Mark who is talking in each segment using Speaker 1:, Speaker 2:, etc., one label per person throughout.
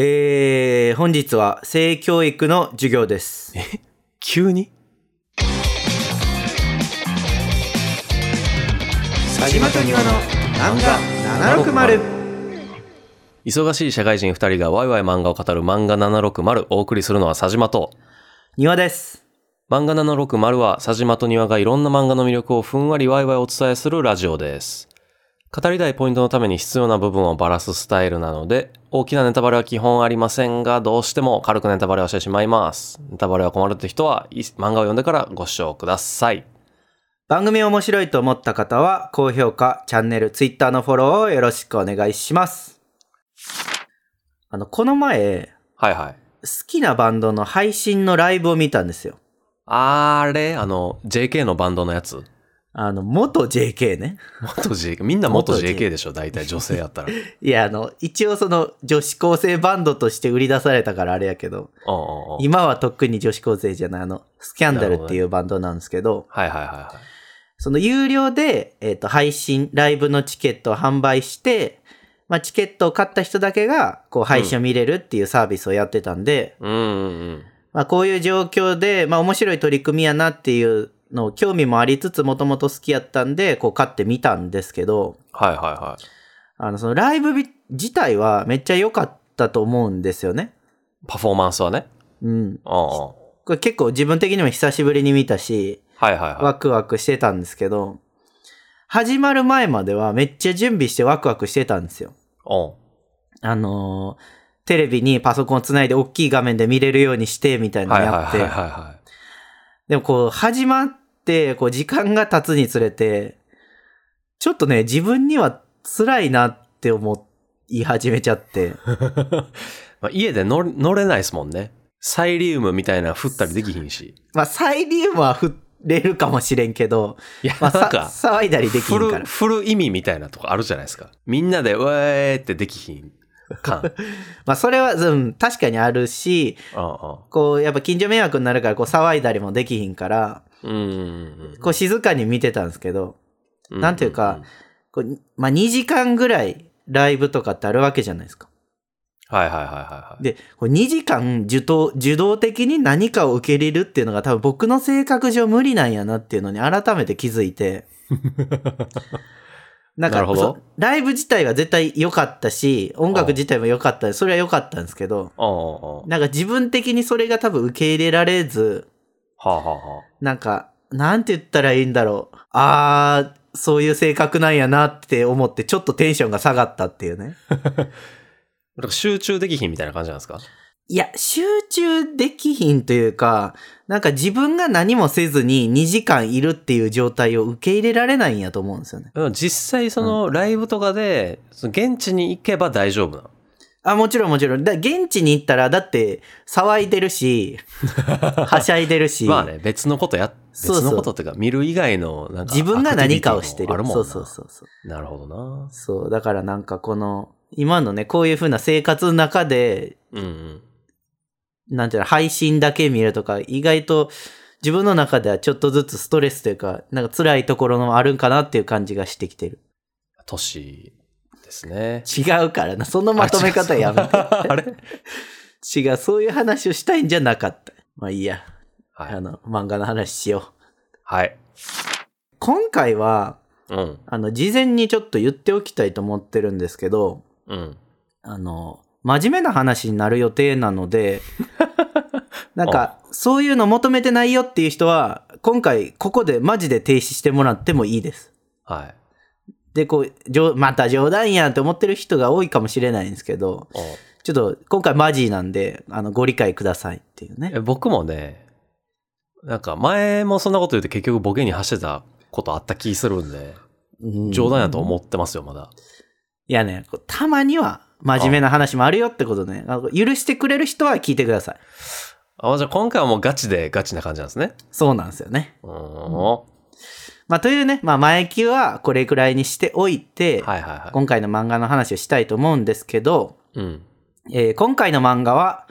Speaker 1: えー、本日は性教育の授業です。
Speaker 2: 急に
Speaker 1: 田島と庭の漫画760。
Speaker 2: 忙しい社会人2人がワイワイ漫画を語る漫画760をお送りするのは佐島と
Speaker 1: 庭です。
Speaker 2: 漫画760は佐島と庭がいろんな漫画の魅力をふんわりワイワイお伝えするラジオです語りたいポイントのために必要な部分をバラすスタイルなので大きなネタバレは基本ありませんがどうしても軽くネタバレをしてしまいますネタバレは困るって人はい漫画を読んでからご視聴ください
Speaker 1: 番組面白いと思った方は、高評価、チャンネル、ツイッターのフォローをよろしくお願いします。あの、この前、
Speaker 2: はいはい
Speaker 1: 好きなバンドの配信のライブを見たんですよ。
Speaker 2: あれあの JK のバンドのやつ
Speaker 1: あの、元 JK ね。
Speaker 2: 元 JK みんな元
Speaker 1: 元 JK
Speaker 2: JK でしょ大体女性や ったらうんうん
Speaker 1: いや、あの、一応その女子高生バンドとして売り出されたからあれやけど、
Speaker 2: うん
Speaker 1: 今はとっくに女子高生じゃない、あの、スキャンダルっていうバンドなんですけど、
Speaker 2: はいはいはいはい
Speaker 1: その有料で、えっ、と、配信、ライブのチケットを販売して、まあ、チケットを買った人だけが、こう、配信を見れるっていうサービスをやってたんで、
Speaker 2: うんうんうん
Speaker 1: まあ、こういう状況で、まあ、面白い取り組みやなっていうのを興味もありつつ、もともと好きやったんで、こう、買ってみたんですけど、
Speaker 2: はいはいはい
Speaker 1: あの、そのライブび自体はめっちゃ良かったと思うんですよね。
Speaker 2: パフォーマンスはね
Speaker 1: うん。
Speaker 2: うんうんは
Speaker 1: これ結構自分的にも久しぶりに見たし、
Speaker 2: いはいはい
Speaker 1: ワクワクしてたんですけど、始まる前まではめっちゃ準備してワクワクしてたんですよ。
Speaker 2: うん
Speaker 1: あのーテレビにパソコンをつないで大きい画面で見れるようにしてみたいな
Speaker 2: は
Speaker 1: の
Speaker 2: いはい
Speaker 1: やっ
Speaker 2: はいはい
Speaker 1: て、
Speaker 2: は
Speaker 1: でもこう始まって、こう時間が経つにつれて、ちょっとね、自分には辛いなって思い始めちゃって、
Speaker 2: いまあ家で乗れ乗れないですもんねサイリウムみたいなの振ったりできひんし
Speaker 1: まあサイリウムは振れるかもしれんけど、
Speaker 2: いや
Speaker 1: ま
Speaker 2: な
Speaker 1: あさ
Speaker 2: んか
Speaker 1: 騒いだりでき
Speaker 2: 振
Speaker 1: るか
Speaker 2: る
Speaker 1: ら。
Speaker 2: 振る意味みたいなとこあるじゃないですかみんなで「うえー」ってできひん 感うん
Speaker 1: まあそれは、うん、確かにあるし、こう、やっぱ近所迷惑になるから、こう、騒いだりもできひんから、
Speaker 2: うんうん
Speaker 1: こう、静かに見てたんですけど、
Speaker 2: うん
Speaker 1: なんていうかこう、まあ、2時間ぐらいライブとかってあるわけじゃないですか。
Speaker 2: はいはいはいはいはい
Speaker 1: で、こう2時間受動、受動的に何かを受け入れるっていうのが多分僕の性格上無理なんやなっていうのに改めて気づい て、なんか
Speaker 2: なるほど
Speaker 1: そうライブ自体は絶対良かったし、音楽自体も良かった、それは良かったんですけど、
Speaker 2: うんうんうん
Speaker 1: なんか自分的にそれが多分受け入れられず、
Speaker 2: はあはあはあ
Speaker 1: なんか、なんて言ったらいいんだろう。あー、そういう性格なんやなって思って、ちょっとテンションが下がったっていうね。
Speaker 2: なんか集中できひんみたいな感じなんですか
Speaker 1: いや、集中できひんというか、なんか自分が何もせずに2時間いるっていう状態を受け入れられないんやと思うんですよね。
Speaker 2: でも実際そのライブとかで、その現地に行けば大丈夫なの
Speaker 1: あ、もちろんもちろん。だ現地に行ったら、だって騒いでる し、はしゃいでるし、
Speaker 2: まあね、別のことや、別
Speaker 1: そうそう
Speaker 2: のことっていうか、見る以外のなんか、
Speaker 1: 自分が何かをしてる。
Speaker 2: あるもん
Speaker 1: そ
Speaker 2: な
Speaker 1: うそうそうそう。
Speaker 2: なるほどな。
Speaker 1: そう、だからなんかこの、今のね、こういう風な生活の中で、
Speaker 2: うんうん。
Speaker 1: なんていうの、配信だけ見るとか、意外と自分の中ではちょっとずつストレスというか、なんか辛いところもあるんかなっていう感じがしてきてる。
Speaker 2: 都市ですね。
Speaker 1: 違うからな、その まとめ方 やめて。
Speaker 2: あ違うあれ
Speaker 1: 違う、そういう話をしたいんじゃなかった。まあいいや、
Speaker 2: は
Speaker 1: あ
Speaker 2: い。
Speaker 1: の、漫画の話しよう。
Speaker 2: はい。
Speaker 1: 今回は、
Speaker 2: うん。
Speaker 1: あの、事前にちょっと言っておきたいと思ってるんですけど、
Speaker 2: うん。
Speaker 1: あの、真面目な話になる予定なの で、なんか、そういうの求めてないよっていう人は、今回、ここでマジで停止してもらってもいいです。
Speaker 2: はい。
Speaker 1: で、こう、冗また冗談やんって思ってる人が多いかもしれないんですけど、
Speaker 2: お
Speaker 1: ちょっと今回マジなんで、あの、ご理解くださいっていうね。
Speaker 2: え僕もね、なんか前もそんなこと言って結局ボケに走ってたことあった気するんで、
Speaker 1: うん
Speaker 2: 冗談やと思ってますよ、まだ。
Speaker 1: いやね、こうたまには真面目な話もあるよってことね。あの許してくれる人は聞いてください。
Speaker 2: あ、じゃあ今回はもうガチでガチな感じなんですね。
Speaker 1: そうなんですよね。
Speaker 2: うーん。は
Speaker 1: まあ、というね、まあ、前期はこれくらいにしておいて、
Speaker 2: いはいは
Speaker 1: 今回の漫画の話をしたいと思うんですけど、
Speaker 2: い。うん。
Speaker 1: えー今回の漫画は、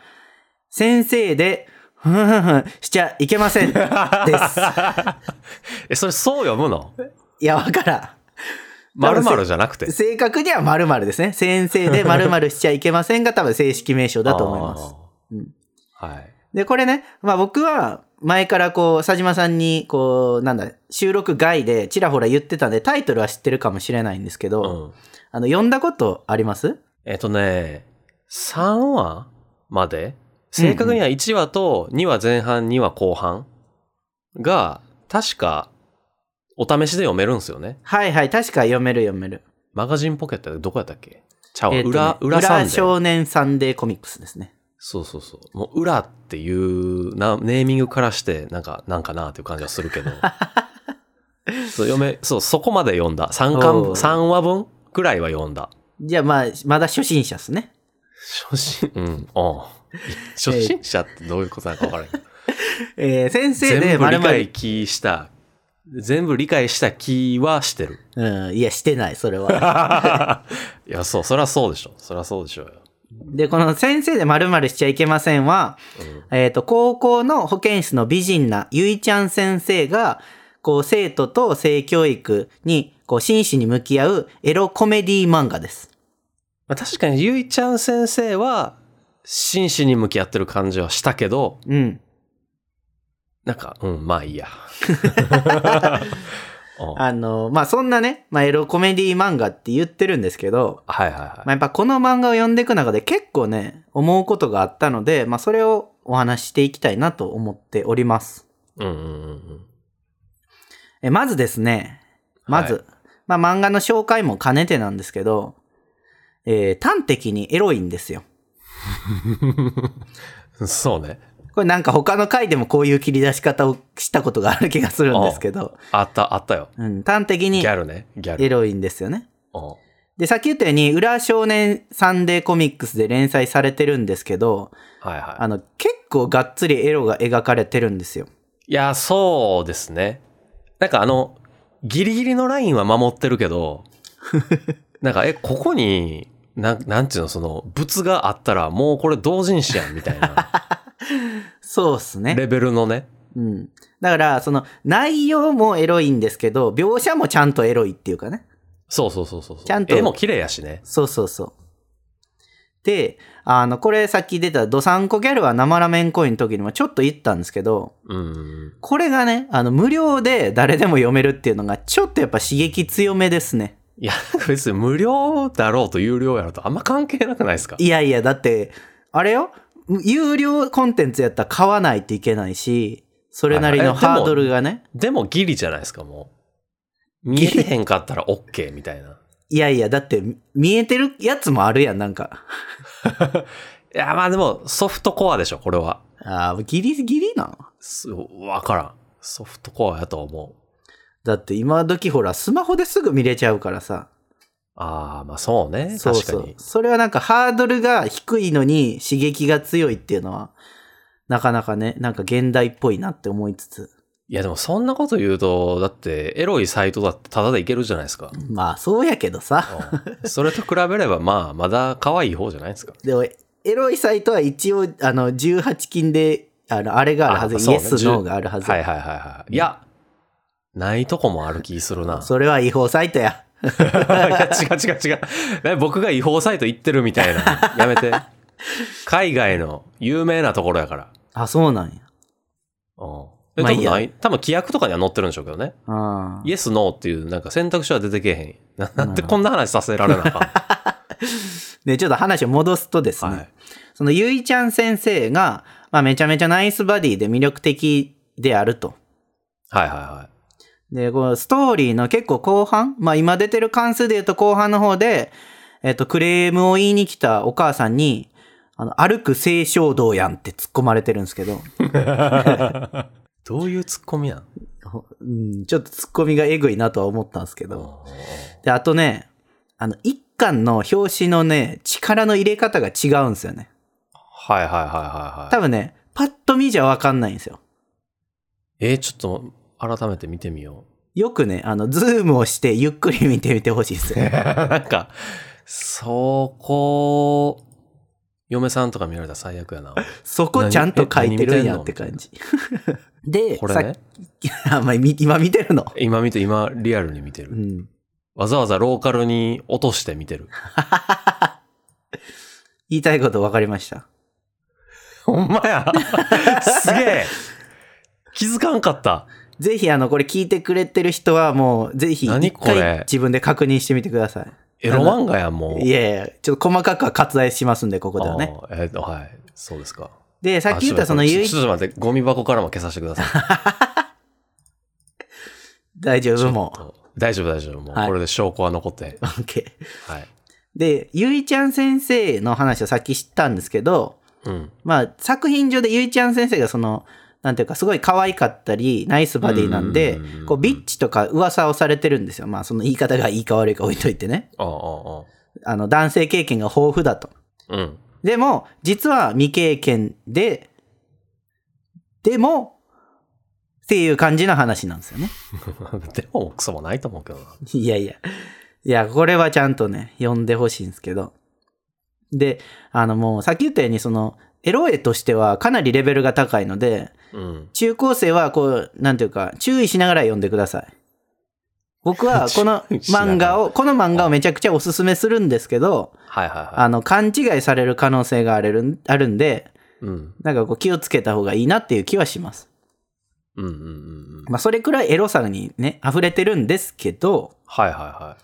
Speaker 1: 先生で、ふんふんふんしちゃいけません。 です。
Speaker 2: え、それそう読むの
Speaker 1: いや、わからん。
Speaker 2: 丸々じゃなくて。
Speaker 1: 正確には〇〇ですね。先生で〇〇しちゃいけま せんが、多分正式名称だと思います。うん
Speaker 2: あー。はい。
Speaker 1: で、これね、まあ僕は前からこう、佐島さんに、こう、なんだ、収録外でちらほら言ってたんで、タイトルは知ってるかもしれないんですけ
Speaker 2: う
Speaker 1: ど、
Speaker 2: ん。
Speaker 1: あの、読んだことあります
Speaker 2: えっとね、3話まで正確には1話と2話前半、2話後半が、確か、お試しで読めるんですよね。
Speaker 1: はいはい、確か読める読める。
Speaker 2: マガジンポケットでどこやったっけちゃうわ、
Speaker 1: えーとね
Speaker 2: 裏、裏サンデー。
Speaker 1: 少年サンデーコミックスですね。
Speaker 2: そうそうそう。もう、裏っていうなネーミングからして、なんか、なんかなっていう感じはする けど。そう、読め、そう、そこまで読んだ。3
Speaker 1: おう
Speaker 2: 巻、三話分くらいは読んだ。
Speaker 1: じゃあまあ、まだ初心者っすね。
Speaker 2: 初心、うん、ああ初心者ってどういうことなのか分から ない。
Speaker 1: えー先生で
Speaker 2: 全部
Speaker 1: 〇
Speaker 2: 理
Speaker 1: 〇
Speaker 2: 解気した、全部理解した気はして る。
Speaker 1: うん、いや、してない、それは。
Speaker 2: いや、そう、そりゃそうでしょ。そりゃそうでしょうよ。
Speaker 1: で、この先生で〇〇しちゃいけませんは、えっ、と、高校の保健室の美人なゆいちゃん先生が、こう、生徒と性教育に、こう、真摯に向き合うエロコメディ漫画です。
Speaker 2: まあ、確かに、ゆいちゃん先生は、真摯に向き合ってる感じはしたけど、
Speaker 1: うん。
Speaker 2: なんか、うん、まあい いや。うん
Speaker 1: あの、まあ、そんなね、まあ、エロコメディ漫画って言ってるんですけど、
Speaker 2: はいはいはい
Speaker 1: まあ、。やっぱこの漫画を読んでいく中で結構ね、思うことがあったので、まあ、それをお話ししていきたいなと思っております。
Speaker 2: うんうんうんうん。
Speaker 1: えまずですね、まず、
Speaker 2: は
Speaker 1: まあ、漫画の紹介も兼ねてなんですけど、えー端的にエロいんですよ。
Speaker 2: そうね。
Speaker 1: これなんか他の回でもこういう切り出し方をしたことがある気がするんですけど、
Speaker 2: あった、あったよ。
Speaker 1: うん、端的
Speaker 2: ギ
Speaker 1: に
Speaker 2: ャルね。ギャル。
Speaker 1: エロいんですよね。
Speaker 2: うん
Speaker 1: で、さっき言ったように、裏少年サンデーコミックスで連載されてるんですけど、
Speaker 2: はいはい。
Speaker 1: あの、結構がっつりエロが描かれてるんですよ。
Speaker 2: いや、そうですね。なんかあの、ギリギリのラインは守ってるけど、 なんか、え、ここに、なん、なんていうの、その、物があったら、もうこれ同人誌やん、みたいな、
Speaker 1: そうっす ね。
Speaker 2: レベルのね。
Speaker 1: うん。だから、その、内容もエロいんですけど、描写もちゃんとエロいっていうかね。
Speaker 2: そうそうそうそうそう。
Speaker 1: ちゃんと
Speaker 2: 絵も綺麗やしね。
Speaker 1: そうそうそう。で、あの、これさっき出たドサンコギャルは生ラメンコインの時にもちょっと言ったんですけど、
Speaker 2: うん。
Speaker 1: これがね、あの、無料で誰でも読めるっていうのが、ちょっとやっぱ刺激強めですね。
Speaker 2: いや、なんか別に無料だろうと有料やろうと、あんま関係なくないですか
Speaker 1: いやいや、だって、あれよ、有料コンテンツやったら買わないといけないし、それなりの
Speaker 2: はいはい
Speaker 1: ハードルがね、
Speaker 2: でもギリじゃないですか、もう。見えてへんかったら OK みたいな。
Speaker 1: いやいや、だって、見えてるやつもあるやん、なんか。
Speaker 2: いや、まあでも、ソフトコアでしょ、これは。
Speaker 1: ああ、ギリギリなの
Speaker 2: すわからん。ソフトコアやと思う。
Speaker 1: だって今時ほら、スマホですぐ見れちゃうからさ。
Speaker 2: ああ、まあそうね。
Speaker 1: そうそ
Speaker 2: 確か
Speaker 1: う
Speaker 2: に。。
Speaker 1: それはなんかハードルが低いのに刺激が強いっていうのは、なかなかね、なんか現代っぽいなって思いつつ。
Speaker 2: いやでもそんなこと言うと、だってエロいサイトだってタダでいけるじゃないですか。
Speaker 1: まあそうやけどさ。
Speaker 2: うんそれと比べればまあまだ可愛い方じゃないですか。
Speaker 1: でも、エロいサイトは一応、あの、18禁で、あの、あれがあるは
Speaker 2: あ
Speaker 1: ず、
Speaker 2: そう
Speaker 1: イエ
Speaker 2: ね
Speaker 1: ス、ノーがあるはず。
Speaker 2: はいはいはいはい。いや、ないとこもある気するな。
Speaker 1: それは違法サイトや。
Speaker 2: いや違う違う違う。ね僕が違法サイト行ってるみたいな。やめて。海外の有名なところやから。
Speaker 1: あ、そうなんや。
Speaker 2: うん。え
Speaker 1: まあ
Speaker 2: 多
Speaker 1: いい
Speaker 2: 分
Speaker 1: や
Speaker 2: ない多分規約とかには載ってるんでしょうけどね。
Speaker 1: あ
Speaker 2: イエス、ノーっていうなんか選択肢は出てけへん。ななんでこんな話させられなあかん。
Speaker 1: で、ちょっと話を戻すとです ね、
Speaker 2: はい
Speaker 1: そのゆいちゃん先生が、まあめちゃめちゃナイスバディで魅力的であると。
Speaker 2: はいはいはい。
Speaker 1: で、このストーリーの結構後半、まあ今出てる関数で言うと後半の方で、えっと、クレームを言いに来たお母さんに、あの、歩く清少道やんって突っ込まれてるんですけど、
Speaker 2: どういうツッコミやん
Speaker 1: うん、ちょっと突っ込みがえぐいなとは思ったんですけど。で、あとね、あの、一巻の表紙のね、力の入れ方が違うんですよね。
Speaker 2: はいはいはいはいはい。
Speaker 1: 多分ね、パッと見じゃわかんないんですよ。
Speaker 2: えー、ちょっと改めて見てみよ
Speaker 1: よくね、あの、ズームをしてゆっくり見てみてほしいです
Speaker 2: う。
Speaker 1: ね。
Speaker 2: なんか、そこ、嫁さんとか見られたら最悪やな。
Speaker 1: そこちゃんと書いてるんやって感じ。 で、
Speaker 2: こ
Speaker 1: さ
Speaker 2: れ
Speaker 1: っ
Speaker 2: ね、
Speaker 1: き、あんまり見今見てるの。
Speaker 2: 今見て、今リアルに見て
Speaker 1: う
Speaker 2: る。
Speaker 1: ん。
Speaker 2: わざわざローカルに落として見 てる。
Speaker 1: 言いたいこと分かりました。
Speaker 2: ほんま や。すげえ。気づかんかった。
Speaker 1: ぜひ、あの、これ聞いてくれてる人は、もう、ぜひ、
Speaker 2: 何
Speaker 1: 一
Speaker 2: これ
Speaker 1: 回自分で確認してみてくださ
Speaker 2: エロ漫画やん、もう。
Speaker 1: い。いやいや、ちょっと細かくは割愛しますんで、ここではね。
Speaker 2: あーえっと、はい。そうですか。
Speaker 1: で、さっき言ったその、
Speaker 2: あちょ
Speaker 1: ゆ
Speaker 2: っと
Speaker 1: い
Speaker 2: ちょっと待って、ゴミ箱からも消させてく ださい。
Speaker 1: 大丈夫も
Speaker 2: 大丈夫、大丈夫。もう、
Speaker 1: はい
Speaker 2: これで証拠は残って
Speaker 1: う。。OK。
Speaker 2: はい。
Speaker 1: で、ゆいちゃん先生の話をさっき知ったんですけど、
Speaker 2: うん。
Speaker 1: まあ、作品上でゆいちゃん先生がその、なんていうか、すごい可愛かったり、ナイスバディなんで
Speaker 2: うんうんうんうん、
Speaker 1: こう、ビッチとか噂をされてるんですよ。まあ、その言い方がいいか悪いか置いといてね。
Speaker 2: ああ、あ
Speaker 1: あの、男性経験が豊富だと。
Speaker 2: あ。うん。
Speaker 1: でも、実は未経験で、でも、っていう感じの話なんですよね。
Speaker 2: でも、クソもないと思うけどな。
Speaker 1: いやいや。いや、これはちゃんとね、読んでほしいんですけど。で、あのもう、さっき言ったように、その、エロ絵としてはかなりレベルが高いので、
Speaker 2: うん。
Speaker 1: 中高生はこう、なんていうか、注意しながら読んでください。僕はこの
Speaker 2: 注意しながら
Speaker 1: 漫画を、この漫画をめちゃくちゃおすすめするんですけど、
Speaker 2: はいはいは
Speaker 1: あの、勘違いされる可能性があるんあるんで、
Speaker 2: い。うん。
Speaker 1: なんかこう気をつけた方がいいなっていう気はします。
Speaker 2: うんうんうんうん。
Speaker 1: まあそれくらいエロさにね、溢れてるんですけど、
Speaker 2: はいはいは
Speaker 1: っ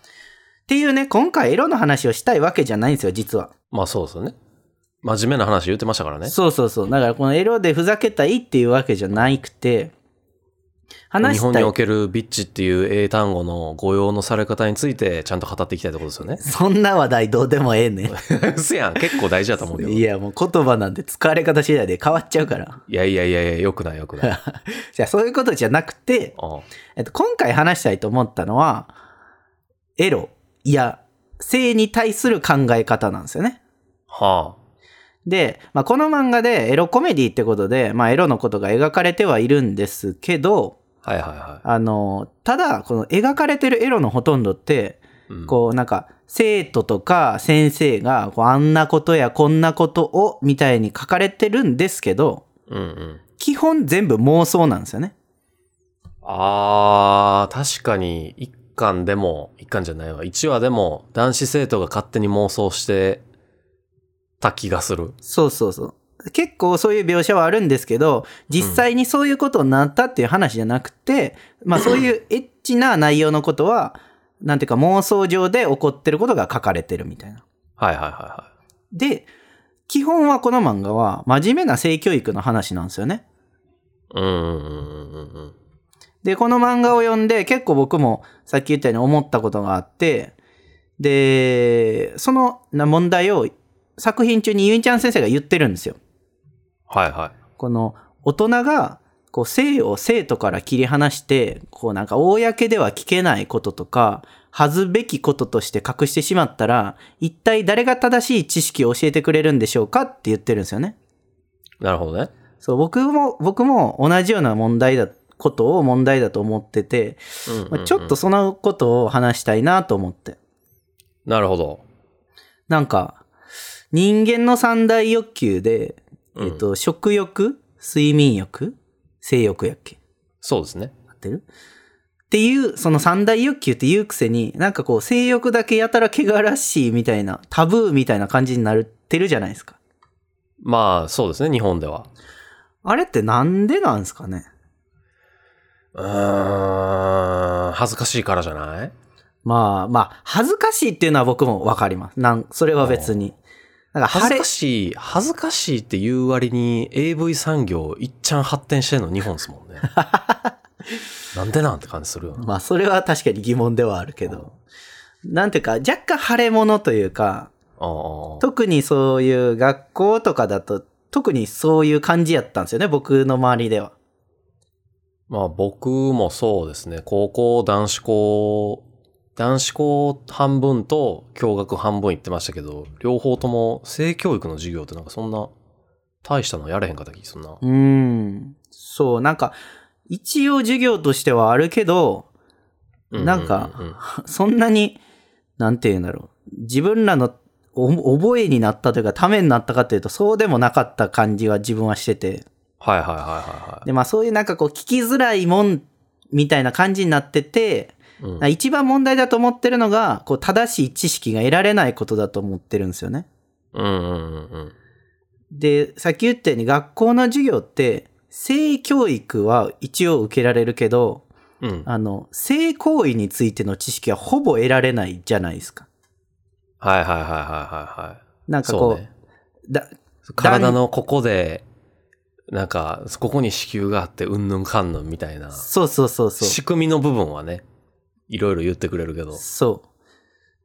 Speaker 1: ていうね、今回エロの話をしたいわけじゃないんですよ、実は。
Speaker 2: い。まあそうですよね。真面目な話言ってましたからね。
Speaker 1: そうそうそう。だからこのエロでふざけたいっていうわけじゃないくて、話
Speaker 2: 日
Speaker 1: し
Speaker 2: 本
Speaker 1: た
Speaker 2: に
Speaker 1: い。
Speaker 2: お。けるビッチっていう英単語の語用のされ方についてちゃんと語っていきたいってことですよね
Speaker 1: そんな話題どうでもええねん。
Speaker 2: うせやん。結構大事だと思うけど。
Speaker 1: い
Speaker 2: い
Speaker 1: や、もう言葉なんて使われ方次第で変わっちゃうから。
Speaker 2: やいやいやいや、よくないよくない。あ
Speaker 1: じゃあそういうことじゃなくて、
Speaker 2: あ
Speaker 1: えっと、今回話したいと思ったのは、エロ、いや、性に対する考え方なんですよね。
Speaker 2: はあ。
Speaker 1: で、まあ、この漫画でエロコメディってことで、まあ、エロのことが描かれてはいるんですけど、
Speaker 2: はいはいは
Speaker 1: あの、ただ、この描かれてるエロのほとんどって、
Speaker 2: い。うん
Speaker 1: こうなんか生徒とか先生がこうあんなことやこんなことをみたいに書かれてるんですけど
Speaker 2: うんうん。
Speaker 1: 基本全部妄想なんですよね。
Speaker 2: あー、確かに、一巻でも、一巻じゃないわ、一話でも、男子生徒が勝手に妄想してた気がする。
Speaker 1: そうそうそう。結構そういう描写はあるんですけど実際にそういうことになったっていう話じゃなくて、まあそういうエッチな内容のことはなんていうか妄想上で起こってることが書かれてるみたいな。
Speaker 2: はいはいはいは
Speaker 1: で基本はこの漫画は真面目な性教育の話なんですよね。
Speaker 2: い。うんうんうんうんうん
Speaker 1: で、この漫画を読んで、結構僕もさっき言ったように思ったことがあって、で、そのな問題を作品中にゆいちゃん先生が言ってるんですよ。
Speaker 2: はいは
Speaker 1: この大人がこう性を生徒から切り離して、こうなんか公では聞けないこととか、恥ずべきこととして隠してしまったら、一体誰が正しい知識を教えてくれるんでしょうかって言ってるんですよね。
Speaker 2: い。なるほどね。
Speaker 1: そう、僕も、僕も同じような問題だ、ことを問題だと思ってて、
Speaker 2: うんうんうん
Speaker 1: まあ、ちょっとそのことを話したいなと思って。
Speaker 2: なるほど。
Speaker 1: なんか、人間の三大欲求で、
Speaker 2: うん
Speaker 1: えっと、食欲、睡眠欲、性欲やっけ
Speaker 2: そうですね。
Speaker 1: 合ってるっていう、その三大欲求って言うくせに、なんかこう、性欲だけやたら汚らしいみたいな、タブーみたいな感じになるってるじゃないですか。
Speaker 2: まあ、そうですね、日本では。
Speaker 1: あれってなんでなんですかね
Speaker 2: うーん、恥ずかしいからじゃない
Speaker 1: まあまあ、恥ずかしいっていうのは僕もわかります。なん、それは別に。なんか、
Speaker 2: 恥
Speaker 1: 晴
Speaker 2: ず
Speaker 1: れ
Speaker 2: か、しい、恥ずかしいっていう割に AV 産業いっちゃん発展してんの日本で すもんね。なんでなんて感じするよね。
Speaker 1: まあ、それは確かに疑問ではあるけど。なんていうか、若干腫れ物というか、
Speaker 2: ああ
Speaker 1: 特にそういう学校とかだと、特にそういう感じやったんですよね、僕の周りでは。
Speaker 2: まあ僕もそうですね。高校男子校、男子校半分と共学半分行ってましたけど、両方とも性教育の授業ってなんかそんな大したのやれへんかった気そんな。
Speaker 1: うーん。そう、なんか、一応授業としてはあるけど、 なんか
Speaker 2: うううん
Speaker 1: そんなに、なんて言うんだろう。自分らのお覚えになったというか、ためになったかというと、そうでもなかった感じは自分はしてて。
Speaker 2: はいはいはいはいはい。
Speaker 1: で、まあそういうなんかこう、聞きづらいもん、みたいな感じになってて、
Speaker 2: うん
Speaker 1: 一番問題だと思ってるのが、こう、正しい知識が得られないことだと思ってるんですよね。
Speaker 2: うんうんうん
Speaker 1: で、さっき言ったように学校の授業って、性教育は一応受けられるけど、
Speaker 2: うんうん。
Speaker 1: あの、性行為についての知識はほぼ得られないじゃないですか。
Speaker 2: はいはいはいはいはいはい。
Speaker 1: なんかこ、
Speaker 2: そううね。
Speaker 1: だ
Speaker 2: 体のここで、なんか、ここに子宮があって、うんぬんかんぬんみたいな、
Speaker 1: そうそうそうそう。
Speaker 2: 仕組みの部分はね、いろいろ言ってくれるけど。
Speaker 1: そう。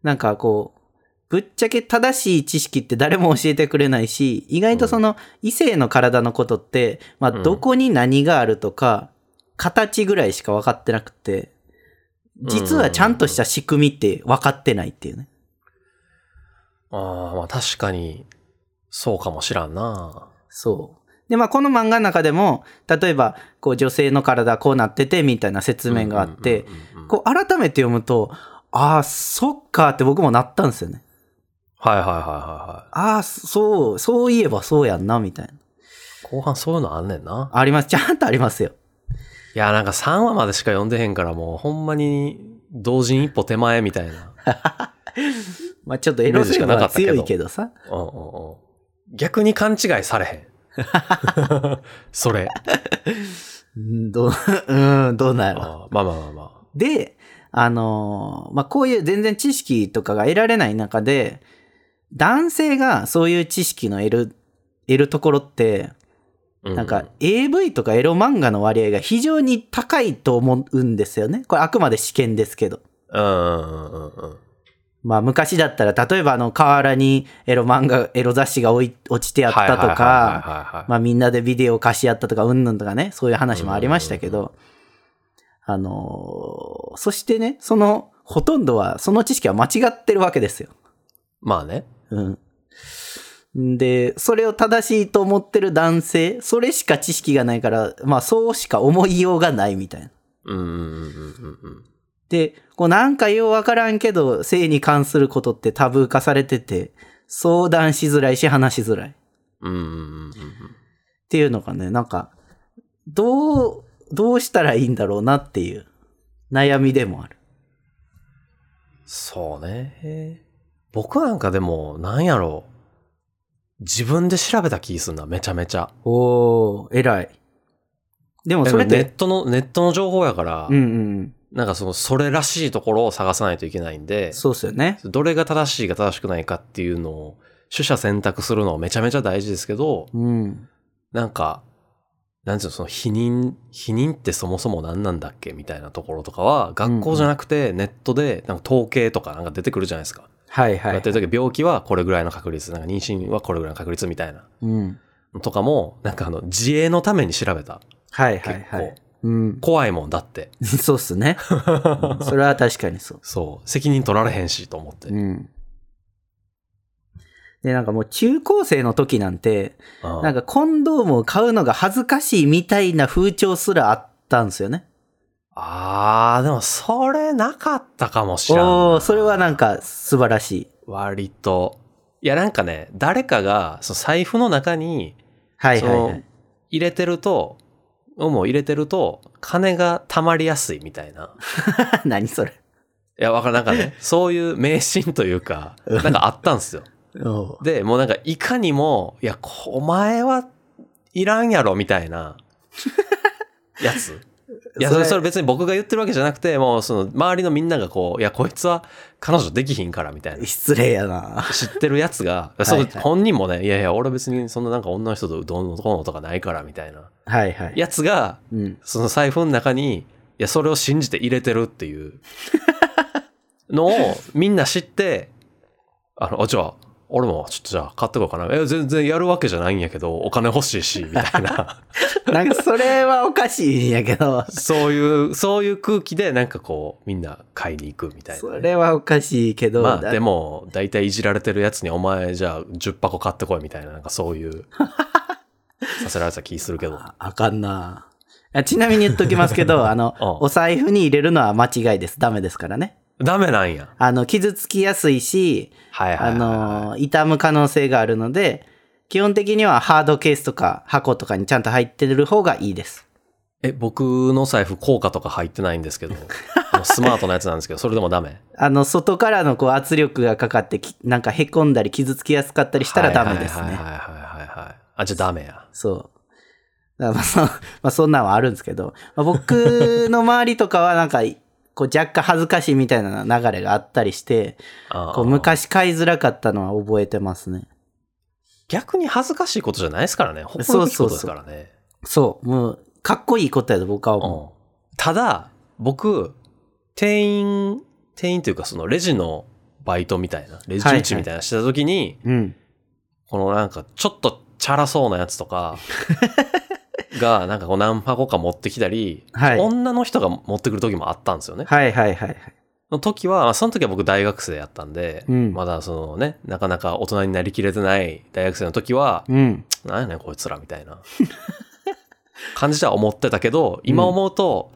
Speaker 1: なんかこう、ぶっちゃけ正しい知識って誰も教えてくれないし、意外とその異性の体のことって、まあ
Speaker 2: うん
Speaker 1: どこに何があるとか、形ぐらいしか分かってなくて、実はちゃんとした仕組みって分かってないっていうね。
Speaker 2: ああ、まあ確かに、そうかもしらんな。
Speaker 1: そう。で、まあこの漫画の中でも、例えば、こう女性の体こうなっててみたいな説明があって、
Speaker 2: うんうんうんうん、
Speaker 1: こう改めて読むと、ああ、そっかって僕もなったんですよね。
Speaker 2: はいはいはいはいは
Speaker 1: ああ、そう、そういえばそうやんな、みたいな。
Speaker 2: い。後半そういうのあんねんな。
Speaker 1: あります。ちゃんとありますよ。
Speaker 2: いや、なんか3話までしか読んでへんから、もうほんまに、同人一歩手前みたいな。
Speaker 1: まあちょっとエロ性は強いけどさ。
Speaker 2: うんうんうん逆に勘違いされへ ん。それ。
Speaker 1: うんどう、 うん、どうなる
Speaker 2: あーまあまあまあま
Speaker 1: で、あのーまあこういう全然知識とかが得られない中で、男性がそういう知識の得る、得るところって、
Speaker 2: あ。う
Speaker 1: なんか、AV とかエロ漫画の割合が非常に高いと思うんですよね。これあくまで試験ですけど。
Speaker 2: うんうんうんうん。
Speaker 1: まあ昔だったら例えばあの河原にエロ漫画、エロ雑誌が置い落ちてあったとか、
Speaker 2: か
Speaker 1: まあみんなでビデオを貸し合ったとか、うんぬんとかね、そういう話もありましたけど、あのーそしてね、その、ほとんどは、その知識は間違ってるわけですよ。
Speaker 2: まあね。
Speaker 1: うん。で、それを正しいと思ってる男性、それしか知識がないから、まあそうしか思いようがないみたいな。
Speaker 2: うんうんうんうんうん。
Speaker 1: で、こうなんかようわからんけど、性に関することってタブー化されてて、相談しづらいし話しづらい。
Speaker 2: うんうんうんうん
Speaker 1: っていうのがね、なんか、どう、どうしたらいいんだろうなっていう悩みでもある。
Speaker 2: そうね。僕なんかでも、なんやろう。自分で調べた気すんな、めちゃめちゃ。
Speaker 1: おー、偉い。でもそれっ
Speaker 2: ネッ
Speaker 1: て、
Speaker 2: トの、ネットの情報やから、
Speaker 1: うんうん。
Speaker 2: なんかその、それらしいところを探さないといけないんで、
Speaker 1: そうっすよね。
Speaker 2: どれが正しいか正しくないかっていうのを、取捨選択するのはめちゃめちゃ大事ですけど、
Speaker 1: うん。
Speaker 2: なんか、なんていうの、その否認、否認ってそもそも何なんだっけみたいなところとかは、学校じゃなくてネットで、なんか統計とかなんか出てくるじゃないですか。
Speaker 1: はいは
Speaker 2: やっ
Speaker 1: い
Speaker 2: て。る時病気はこれぐらいの確率、なんか妊娠はこれぐらいの確率みたいな。
Speaker 1: うん。
Speaker 2: とかも、なんかあの、自衛のために調べた。
Speaker 1: はいは
Speaker 2: 結
Speaker 1: い
Speaker 2: 構。
Speaker 1: はい。うん。
Speaker 2: 怖いもんだって。
Speaker 1: そうっす ね。うんそれは確かにそう。
Speaker 2: そう。責任取られへんし、と思って。
Speaker 1: うん。で、なんかもう中高生の時なんて、
Speaker 2: うん
Speaker 1: なんかコンドームを買うのが恥ずかしいみたいな風潮すらあったんですよね。
Speaker 2: あー、でもそれなかったかもしれん。
Speaker 1: おおーそれはなんか素晴らしい。
Speaker 2: 割と。いや、なんかね、誰かが、その財布の中に、
Speaker 1: はいはいは
Speaker 2: その
Speaker 1: い。
Speaker 2: 入れてると、もう入れてると、金が溜まりやすいみたいな。
Speaker 1: 何それ。
Speaker 2: いや、わからん。なんかね、そういう迷信というか、なんかあったんですよ。
Speaker 1: お
Speaker 2: で、もうなんか、いかにも、いや、こお前はいらんやろ、みたいな、やつ。いや、そ
Speaker 1: そ
Speaker 2: れ、
Speaker 1: れ
Speaker 2: それ別に僕が言ってるわけじゃなくて、もう、その、周りのみんながこう、いや、こいつは彼女できひんから、みたいな。
Speaker 1: 失礼やな。
Speaker 2: 知ってるやつが、
Speaker 1: い
Speaker 2: そう本人もね、いやいや、俺別にそんななんか女の人とどうのこうのとかないから、みたいな。
Speaker 1: はいはい。
Speaker 2: やつが、
Speaker 1: うん。
Speaker 2: その財布の中に、いや、それを信じて入れてるっていう のをみんな知って、あの、あ、じゃあ、俺もちょっとじゃあ買ってこようかな。え、全然やるわけじゃないんやけど、お金欲しいし、みた いな。
Speaker 1: なんかそれはおかしいんやけど、
Speaker 2: そういう、そういう空気でなんかこう、みんな買いに行くみたい
Speaker 1: そ
Speaker 2: なね、
Speaker 1: れはおかしいけど、
Speaker 2: まあ
Speaker 1: だ
Speaker 2: でも、大体いじられてるやつにお前じゃあ10箱買ってこいみたいな、なんかそ ういう、させられた気するけど。
Speaker 1: ああかんな。あちなみに言っときますけ ど、あの、
Speaker 2: うん
Speaker 1: お財布に入れるのは間違いです。ダメですからね。
Speaker 2: ダメなんや。
Speaker 1: あの、傷つきやすいし、
Speaker 2: はいはい
Speaker 1: あ
Speaker 2: はいは
Speaker 1: の、
Speaker 2: い、
Speaker 1: 傷む可能性があるので、基本的にはハードケースとか箱とかにちゃんと入ってる方がいいです。
Speaker 2: え、僕の財布、硬貨とか入ってないんですけど、もうスマートなやつなんですけど、それでもダメ。
Speaker 1: あの、外からのこう圧力がかかってき、なんかへこんだり傷つきやすかったりしたらダメです
Speaker 2: はいはい
Speaker 1: ね。
Speaker 2: はいはいはいはい。あ、じゃあダメや。
Speaker 1: そう。だからまあそ、まあ、そんなんはあるんですけど、まあ、僕の周りとかはなんか、こう若干恥ずかしいみたいな流れがあったりして、
Speaker 2: あー
Speaker 1: こう昔買いづらかったのは覚えてますね。
Speaker 2: 逆に恥ずかしいことじゃないですからね。誇るべきことですからね。
Speaker 1: そう、もう、かっこいいことやと僕は思う。
Speaker 2: うんただ、僕、店員、店員というかそのレジのバイトみたいな、レジ打ちみたいなしてた時に、
Speaker 1: うん。
Speaker 2: このなんかちょっとチャラそうなやつ とかが、なんかこう何箱か持ってきたり、
Speaker 1: はい
Speaker 2: 女の人が持ってくる時もあったんですよね。
Speaker 1: はいはいはいはい。
Speaker 2: の時は、その時は僕大学生やったんで、
Speaker 1: うん
Speaker 2: まだそのね、なかなか大人になりきれてない大学生の時は、
Speaker 1: うん。
Speaker 2: なんやねんこいつらみたいな感じでは思ってたけど、今思うと、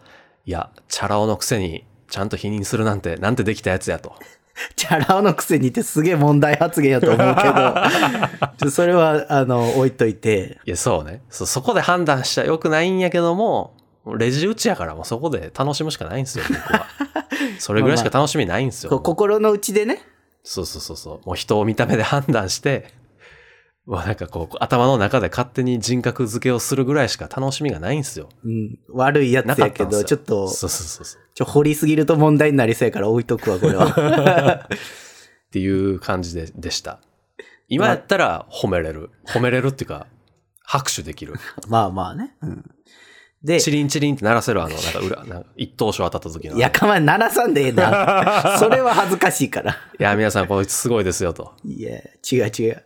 Speaker 2: いや、チャラ男のくせにちゃんと否認するなんて、なんてできたやつやと。
Speaker 1: チャラ男のくせにってすげえ問題発言やと思う けど、ちょっとそれは、あの、置いといて。
Speaker 2: いや、そうね。そ、そこで判断しちゃよくないんやけども、レジ打ちやからもうそこで楽しむしかないんですよ、僕 は。それぐらいしか楽しみないんですよ。
Speaker 1: こう心の内でね。
Speaker 2: そうそうそうそう。もう人を見た目で判断して、まあなんかこう、頭の中で勝手に人格付けをするぐらいしか楽しみがないんですよ。
Speaker 1: うん、悪いや
Speaker 2: な
Speaker 1: つ
Speaker 2: かっ
Speaker 1: や
Speaker 2: た
Speaker 1: け
Speaker 2: んです
Speaker 1: ど、
Speaker 2: よ。
Speaker 1: ちょっと、
Speaker 2: そうそうそうそう。
Speaker 1: ちょ、掘りすぎると問題になりそうやから置いとくわ、これは。
Speaker 2: っていう感じででした。今やったら褒めれる。褒めれるっていうか、拍手できる。
Speaker 1: まあまあね。うん、で、
Speaker 2: チリンチリンって鳴らせる、あの、なんか裏、なんか一等賞当たった時の。
Speaker 1: やかまに鳴らさんでええ な。それは恥ずかしいから。
Speaker 2: いや、皆さん、こいつすごいですよと。
Speaker 1: いや、違う違う。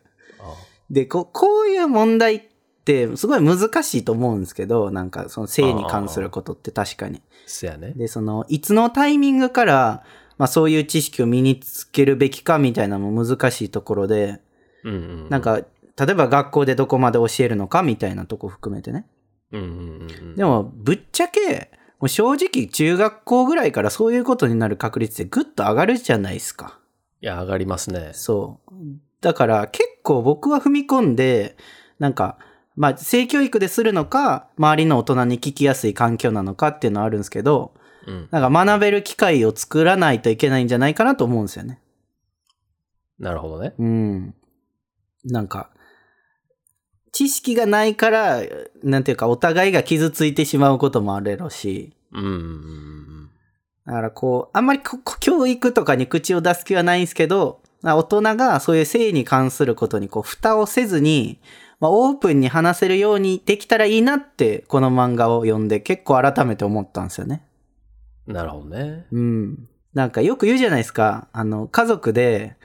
Speaker 1: で、ここういう問題って、すごい難しいと思うんですけど、なんか、その性に関することって確かに。
Speaker 2: せやね。
Speaker 1: で、その、いつのタイミングから、まあそういう知識を身につけるべきかみたいなのも難しいところで、
Speaker 2: うんうん。
Speaker 1: なん、か、例えば学校でどこまで教えるのかみたいなとこ含めてね。
Speaker 2: うんうんうんうん。
Speaker 1: でも、ぶっちゃけ、もう正直中学校ぐらいからそういうことになる確率ってぐっと上がるじゃないですか。
Speaker 2: いや、上がりますね。
Speaker 1: そう。だから結構僕は踏み込んで、なんか、まあ性教育でするのか、周りの大人に聞きやすい環境なのかっていうのはあるんですけど、
Speaker 2: うん。
Speaker 1: なんか学べる機会を作らないといけないんじゃないかなと思うんですよね。
Speaker 2: なるほどね。
Speaker 1: うん。なんか、知識がないから、なんていうか、お互いが傷ついてしまうこともあるやろうし、
Speaker 2: うんうんうん
Speaker 1: だからこう、あんまりここ教育とかに口を出す気はないんですけど、まあ大人がそういう性に関することにこう、蓋をせずに、まあ、オープンに話せるようにできたらいいなって、この漫画を読んで結構改めて思ったんですよね。
Speaker 2: うん。なるほどね。
Speaker 1: うん。なんかよく言うじゃないですか。あの、家族で、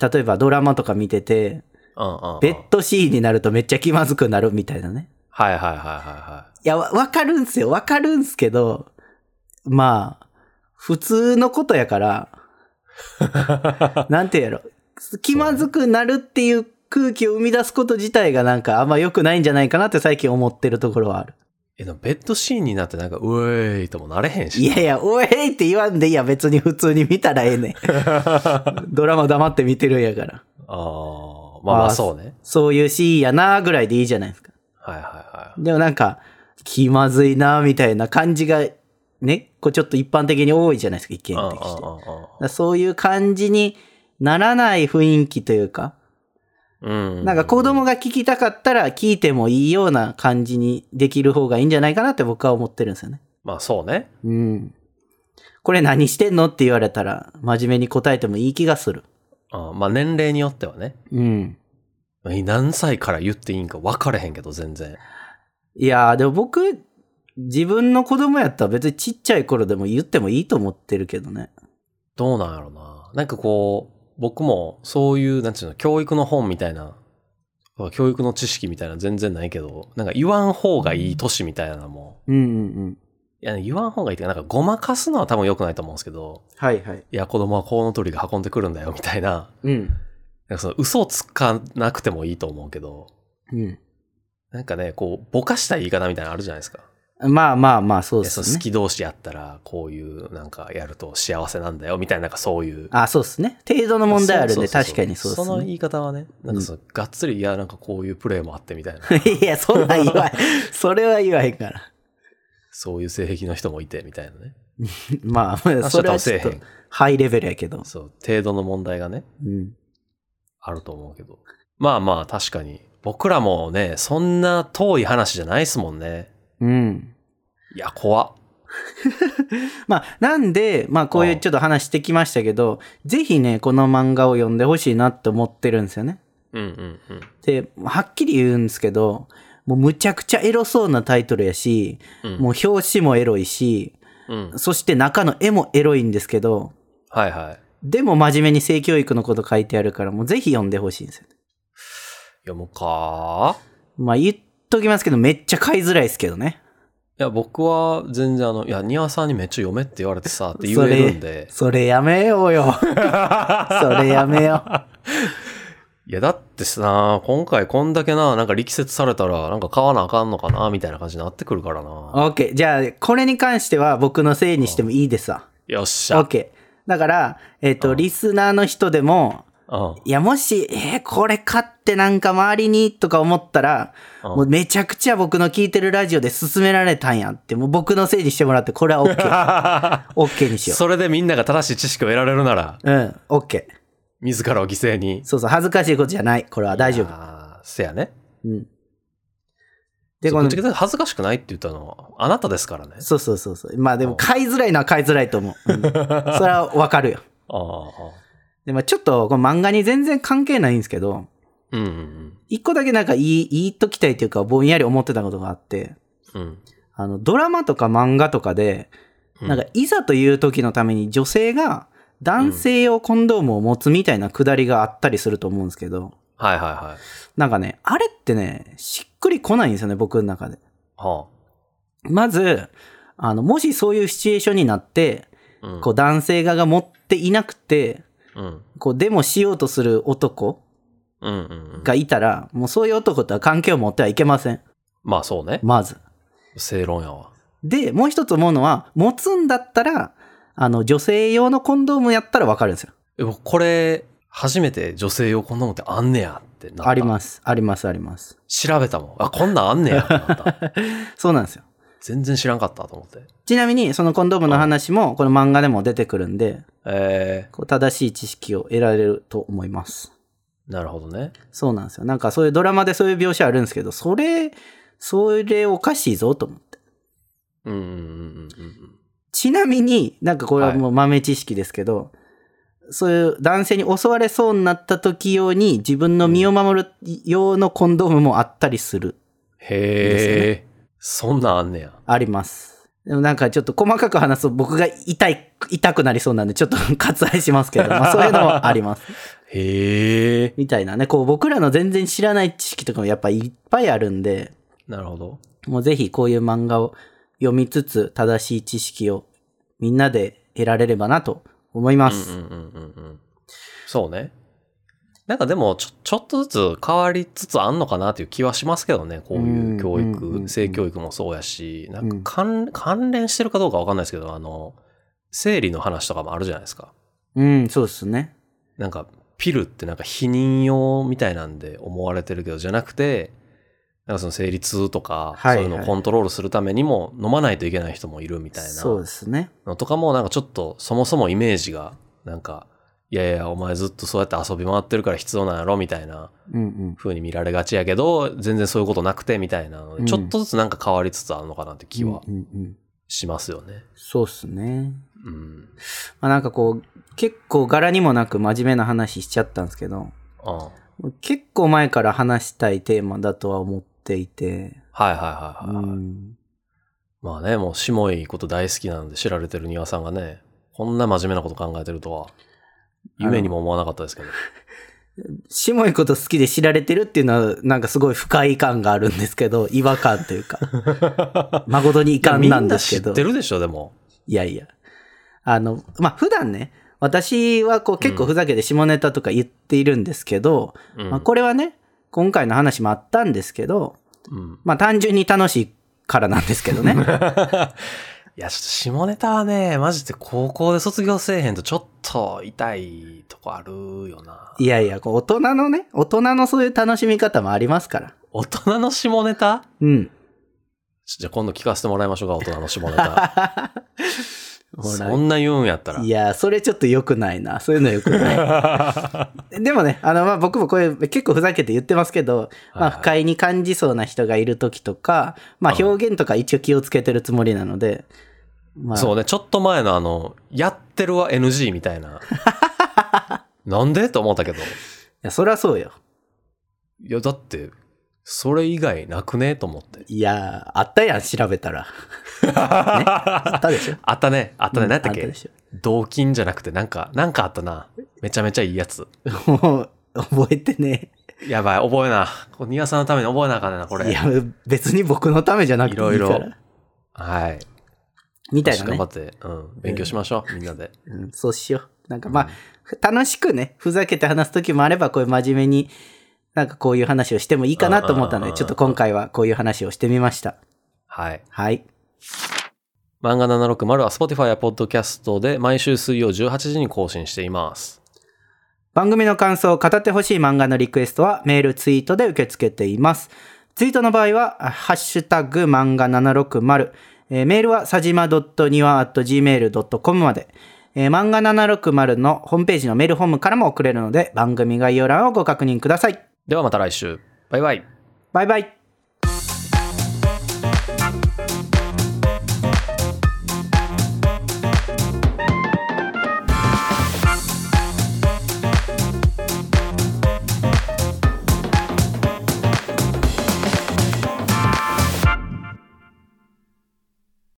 Speaker 1: 例えばドラマとか見てて、
Speaker 2: うんうんうん。
Speaker 1: ベッドシーンになるとめっちゃ気まずくなるみたいなね。
Speaker 2: はいはいはいはい
Speaker 1: や、わわかるんすよ。わかるんすけど、まあ、普通のことやから、なんて言うやろ。気まずくなるっていう空気を生み出すこと自体がなんかあんま良くないんじゃないかなって最近思ってるところはある。
Speaker 2: い。え、でもベッドシーンになってなんか、うえーいともなれへんし。
Speaker 1: いやいや、おえいって言わんでいいや、別に普通に見たらええねん。ドラマ黙って見てるんやから。
Speaker 2: あーまあま
Speaker 1: あ
Speaker 2: あ
Speaker 1: ー
Speaker 2: そうね。
Speaker 1: そういうシーンやなーぐらいでいいじゃないですか。
Speaker 2: はいはいはい。
Speaker 1: でもなんか、気まずいなーみたいな感じが、ね、こうちょっと一般的に多いじゃないですか、意見
Speaker 2: うんうん
Speaker 1: 的して。
Speaker 2: うん
Speaker 1: だからそういう感じにならない雰囲気というか、
Speaker 2: うんうん。
Speaker 1: なんか子供が聞きたかったら聞いてもいいような感じにできる方がいいんじゃないかなって僕は思ってるんですよね。
Speaker 2: まあそうね。
Speaker 1: うん。これ何してんのって言われたら、真面目に答えてもいい気がする。
Speaker 2: うんまあ年齢によってはね。
Speaker 1: うん。
Speaker 2: 何歳から言っていいんか分かれへんけど、全然。
Speaker 1: いやー、でも僕、自分の子供やったら別にちっちゃい頃でも言ってもいいと思ってるけどね。
Speaker 2: どうなんやろな。なんかこう、僕もそういう、なんていうの、教育の本みたいな、教育の知識みたいな全然ないけど、なんか言わん方がいい年みたいなのも、
Speaker 1: うんうんうん。
Speaker 2: いや、言わん方がいいっていうか、なんかごまかすのは多分良くないと思うんですけど、
Speaker 1: はいはい。
Speaker 2: いや、子供はコウノトリが運んでくるんだよ、みたいな、
Speaker 1: うん。
Speaker 2: なんかその嘘をつかなくてもいいと思うけど、
Speaker 1: うん。
Speaker 2: なんかね、こう、ぼかした言い方みたいなのあるじゃないですか。
Speaker 1: まあまあまあ、そう
Speaker 2: いや
Speaker 1: で
Speaker 2: そ
Speaker 1: すね
Speaker 2: の好。き同士やったら、こういう、なんかやると幸せなんだよ、みたいな、なんかそういう。
Speaker 1: あ、そうですね。程度の問題あるんで、
Speaker 2: そうそう
Speaker 1: 確
Speaker 2: そ
Speaker 1: か
Speaker 2: う
Speaker 1: にそうで
Speaker 2: そ
Speaker 1: す
Speaker 2: の
Speaker 1: ね。
Speaker 2: 言い方はね、なんかその、がっつり、いや、なんかこういうプレーもあってみたいな、
Speaker 1: い や、そんなん言わへん。それは言わへんから。
Speaker 2: そういう性癖の人もいてみたいなね。
Speaker 1: まあ、まあ
Speaker 2: 話
Speaker 1: そ
Speaker 2: は
Speaker 1: れ
Speaker 2: 多
Speaker 1: は
Speaker 2: 分
Speaker 1: ち
Speaker 2: せ
Speaker 1: ょ
Speaker 2: え
Speaker 1: っ
Speaker 2: へ
Speaker 1: と
Speaker 2: ん。
Speaker 1: ハイレベルやけど。
Speaker 2: そう、程度の問題がね、
Speaker 1: うん。
Speaker 2: あると思うけど。まあまあ、確かに。僕らもね、そんな遠い話じゃないですもんね。
Speaker 1: うん。
Speaker 2: いや、怖っ。
Speaker 1: まあ、なんで、まあ、こういうちょっと話してきましたけど、ぜひね、この漫画を読んでほしいなって思ってるんですよね。
Speaker 2: うんうんうん。
Speaker 1: で、はっきり言うんですけど、もうむちゃくちゃエロそうなタイトルやし、
Speaker 2: うん
Speaker 1: もう表紙もエロいし、
Speaker 2: うん。
Speaker 1: そして中の絵もエロいんですけど、
Speaker 2: はいはい。
Speaker 1: でも真面目に性教育のこと書いてあるから、もうぜひ読んでほしいんですよ。
Speaker 2: 読むか
Speaker 1: まあ言っときますけど、めっちゃ買いづらいですけどね。
Speaker 2: いや、僕は全然あの、いや、庭さんにめっちゃ読めって言われてさ、って言
Speaker 1: そ
Speaker 2: え
Speaker 1: れ
Speaker 2: るんで。
Speaker 1: それやめよう よ。それやめよう。
Speaker 2: いや、だってさ、今回こんだけな、なんか力説されたら、なんか買わなあかんのかな、みたいな感じになってくるからな。
Speaker 1: オッケー。じゃあ、これに関しては僕のせいにしてもいいですわ。
Speaker 2: よっし
Speaker 1: オ
Speaker 2: ゃ。
Speaker 1: ッケー。だから、えっ、と、リスナーの人でも、
Speaker 2: うん。
Speaker 1: いや、もし、えーこれ買ってなんか周りにとか思ったら、
Speaker 2: うん
Speaker 1: もうめちゃくちゃ僕の聞いてるラジオで勧められたんやって、もう僕のせいにしてもらって、これは OK。OK にしよ
Speaker 2: それでみんなが正しい知識を得られるなら、
Speaker 1: う。うん、OK。
Speaker 2: 自らを犠牲に。
Speaker 1: そうそう、恥ずかしいことじゃない。これは大丈夫。
Speaker 2: あーせやね。
Speaker 1: うん。で、
Speaker 2: で、
Speaker 1: こ
Speaker 2: こっ
Speaker 1: の
Speaker 2: ち、恥ずかしくないって言ったのは、あなたですからね。
Speaker 1: そうそうそうそう。まあでも、買いづらいのは買いづらいと思う。うんそれはわかるよ。
Speaker 2: ああ。
Speaker 1: で、まあちょっと、この漫画に全然関係ないんですけど、
Speaker 2: うんうん
Speaker 1: 一個だけなんか言い、言いときたいというか、ぼんやり思ってたことがあって、
Speaker 2: うん。うん。
Speaker 1: あの、ドラマとか漫画とかで、
Speaker 2: うん
Speaker 1: なんか、いざという時のために女性が男性用コンドームを持つみたいなくだりがあったりすると思うんですけど、
Speaker 2: はいはいはい。
Speaker 1: なんかね、あれってね、しっくりこないんですよね、僕の中で。
Speaker 2: は
Speaker 1: まず、あの、もしそういうシチュエーションになって、
Speaker 2: あ。うん
Speaker 1: こう、男性側が持っていなくて、
Speaker 2: うん。
Speaker 1: こう、デモしようとする男
Speaker 2: うんうんうん。
Speaker 1: がいたら、もうそういう男とは関係を持ってはいけません。
Speaker 2: まあそうね。
Speaker 1: まず。
Speaker 2: 正論やわ。
Speaker 1: で、もう一つ思うのは、持つんだったら、あの、女性用のコンドームやったらわかるんですよ。
Speaker 2: え僕これ、初めて女性用こんなもんってあんねやってなった。
Speaker 1: あります。あります、あります。
Speaker 2: す。調べたもん。あ、こんなんあんねやってなった。
Speaker 1: そうなんですよ。
Speaker 2: 全然知らんかったと思って。
Speaker 1: ちなみに、そのコンドームの話も、この漫画でも出てくるんで、
Speaker 2: え
Speaker 1: こう正しい知識を得られると思います。
Speaker 2: ー、なるほどね。
Speaker 1: そうなんですよ。なんかそういうドラマでそういう描写あるんですけど、それ、それおかしいぞと思って。
Speaker 2: うんうんうんうんうん。
Speaker 1: ちなみになんかこれはもう豆知識ですけど、そういう男性に襲われそうになった時用に自分の身を守る用のコンドームもあったりする。
Speaker 2: へえ、そんなんあんねや。
Speaker 1: あります。でもなんかちょっと細かく話すと僕が痛い、痛くなりそうなんでちょっと割愛しますけど、まあそういうのもあります。
Speaker 2: へえ、
Speaker 1: みたいなね、こう僕らの全然知らない知識とかもやっぱいっぱいあるんで、
Speaker 2: なるほど。
Speaker 1: もうぜひこういう漫画を読みつつ正しい知識をみんなで得られればなと思いま
Speaker 2: うんうん
Speaker 1: す。
Speaker 2: うんうんうん。そうね。なんかでもちょ、ちょっとずつ変わりつつあんのかなっていう気はしますけどね。こういう教
Speaker 1: うんうんうんう
Speaker 2: 育、
Speaker 1: ん
Speaker 2: 性教育もそうやし、な
Speaker 1: うん
Speaker 2: んか関関連してるかどうかわかんないですけど、あの、生理の話とかもあるじゃないですか。
Speaker 1: うん、そうですね。
Speaker 2: なんか、ピルってなんか避妊用みたいなんで思われてるけど、じゃなくて、なんかその生理痛とか、
Speaker 1: はい
Speaker 2: そういうのをコントロールするためにも飲まないといけない人もいるみたいな。
Speaker 1: そうですね。
Speaker 2: のとかもなんかちょっとそもそもイメージがなんかいやいやお前ずっとそうやって遊び回ってるから必要なんやろみたいな
Speaker 1: うんうん。
Speaker 2: 風に見られがちやけど全然そういうことなくてみたいなので
Speaker 1: うん
Speaker 2: ちょっとずつなんか変わりつつあるのかなって気は
Speaker 1: うんうんうん、
Speaker 2: しますよね。
Speaker 1: そうですね。
Speaker 2: うん。
Speaker 1: まあなんかこう、結構柄にもなく真面目な話しちゃったんですけど、
Speaker 2: あはい
Speaker 1: 結構前から話したいテーマだとは思っていて、
Speaker 2: はいは
Speaker 1: う
Speaker 2: いはい。
Speaker 1: ん、
Speaker 2: まあねもうしもいこと大好きなんで知られてる庭さんがねこんな真面目なこと考えてるとは夢にも思わなかったです けど。
Speaker 1: しもいこと好きで知られてるっていうのは、なんかすごい不快感があるんですけど、 違和感という か、誠に遺
Speaker 2: いやみ
Speaker 1: 憾なん
Speaker 2: ん
Speaker 1: で
Speaker 2: な
Speaker 1: す
Speaker 2: 知
Speaker 1: け
Speaker 2: っ
Speaker 1: ど
Speaker 2: て、るでしょでも。
Speaker 1: いやいや。あの、まあ普段ね、私はこう結構ふざけて下ネタとか言っているんですけど、
Speaker 2: うん
Speaker 1: まあこれはね、今回の話もあったんですけど、
Speaker 2: うん
Speaker 1: まあ単純に楽しいからなんですけど ね。
Speaker 2: いや、ちょっと下ネタはね、マジで高校で卒業せえへんとちょっと痛いとこあるよな。
Speaker 1: いやいや、こう大人のね、大人のそういう楽しみ方もありますから。
Speaker 2: 大人の下ネタ
Speaker 1: うん。
Speaker 2: ちょじゃあ今度聞かせてもらいましょうか、大人の下ネタ。
Speaker 1: ほら
Speaker 2: そんな言うんやったら
Speaker 1: い。や、それちょっと良くないな。そういうの良く ない。でもね、あの、まあ、僕もこれ結構ふざけて言ってますけど、ま
Speaker 2: はいは
Speaker 1: あ、
Speaker 2: い
Speaker 1: 不快に感じそうな人がいる時とか、まあ、表現とか一応気をつけてるつもりなので、まあ、
Speaker 2: そうね、ちょっと前のあの、やってるは NG みた いな。なんでと思ったけど。い
Speaker 1: いや、そりゃそうよ。
Speaker 2: や、だって、それ以外なくねと思 って。
Speaker 1: いや、あったやん、調べたら。ね、あったでしょ。
Speaker 2: あったね、あったね、
Speaker 1: うん
Speaker 2: 何やったっ
Speaker 1: あ
Speaker 2: け
Speaker 1: でし
Speaker 2: 同金じゃなくて、なんか、なんかあったな。めちゃめちゃいいやつ。
Speaker 1: ょもう、覚えてね。
Speaker 2: やばい、覚えな。これ庭さんのために覚えなあかんねんな、これ。
Speaker 1: いや、別に僕のためじゃなくていいから。
Speaker 2: いろいろはい。
Speaker 1: みたいな
Speaker 2: 頑
Speaker 1: ね
Speaker 2: 張っ。て、うん、勉強しましょう、みんなで。
Speaker 1: うん、そうしよう。なんかまあ、楽しくね、ふざけて話す時もあれば、こういう真面目に、なんかこういう話をしてもいいかなと思ったの
Speaker 2: うんうんうんう
Speaker 1: で、
Speaker 2: ん
Speaker 1: ちょっと今回はこういう話をしてみました。
Speaker 2: はい。
Speaker 1: はい。
Speaker 2: 漫画760は Spotify や Podcast で毎週水曜18時に更新しています。
Speaker 1: 番組の感想、語ってほしい漫画のリクエストはメール、ツイートで受け付けています。ツイートの場合は、あハッシュタグ漫画760、えーメールはさじま .niwa.gmail.com まで、えー漫画760のホームページのメールフォームからも送れるので、番組概要欄をご確認ください。
Speaker 2: ではまた来週。バイバイ。
Speaker 1: バイバイ。